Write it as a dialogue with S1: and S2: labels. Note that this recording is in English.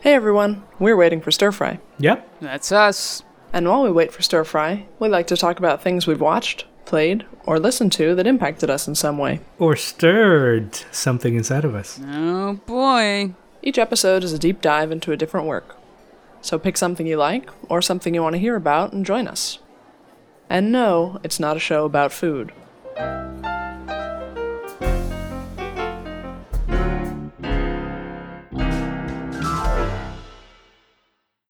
S1: Hey everyone, we're waiting for Stir Fry.
S2: Yep.
S3: That's us.
S1: And while we wait for Stir Fry, we like to talk about things we've watched, played, or listened to that impacted us in some way.
S2: Or stirred something inside of us.
S3: Oh boy.
S1: Each episode is a deep dive into a different work. So pick something you like or something you want to hear about and join us. And no, it's not a show about food.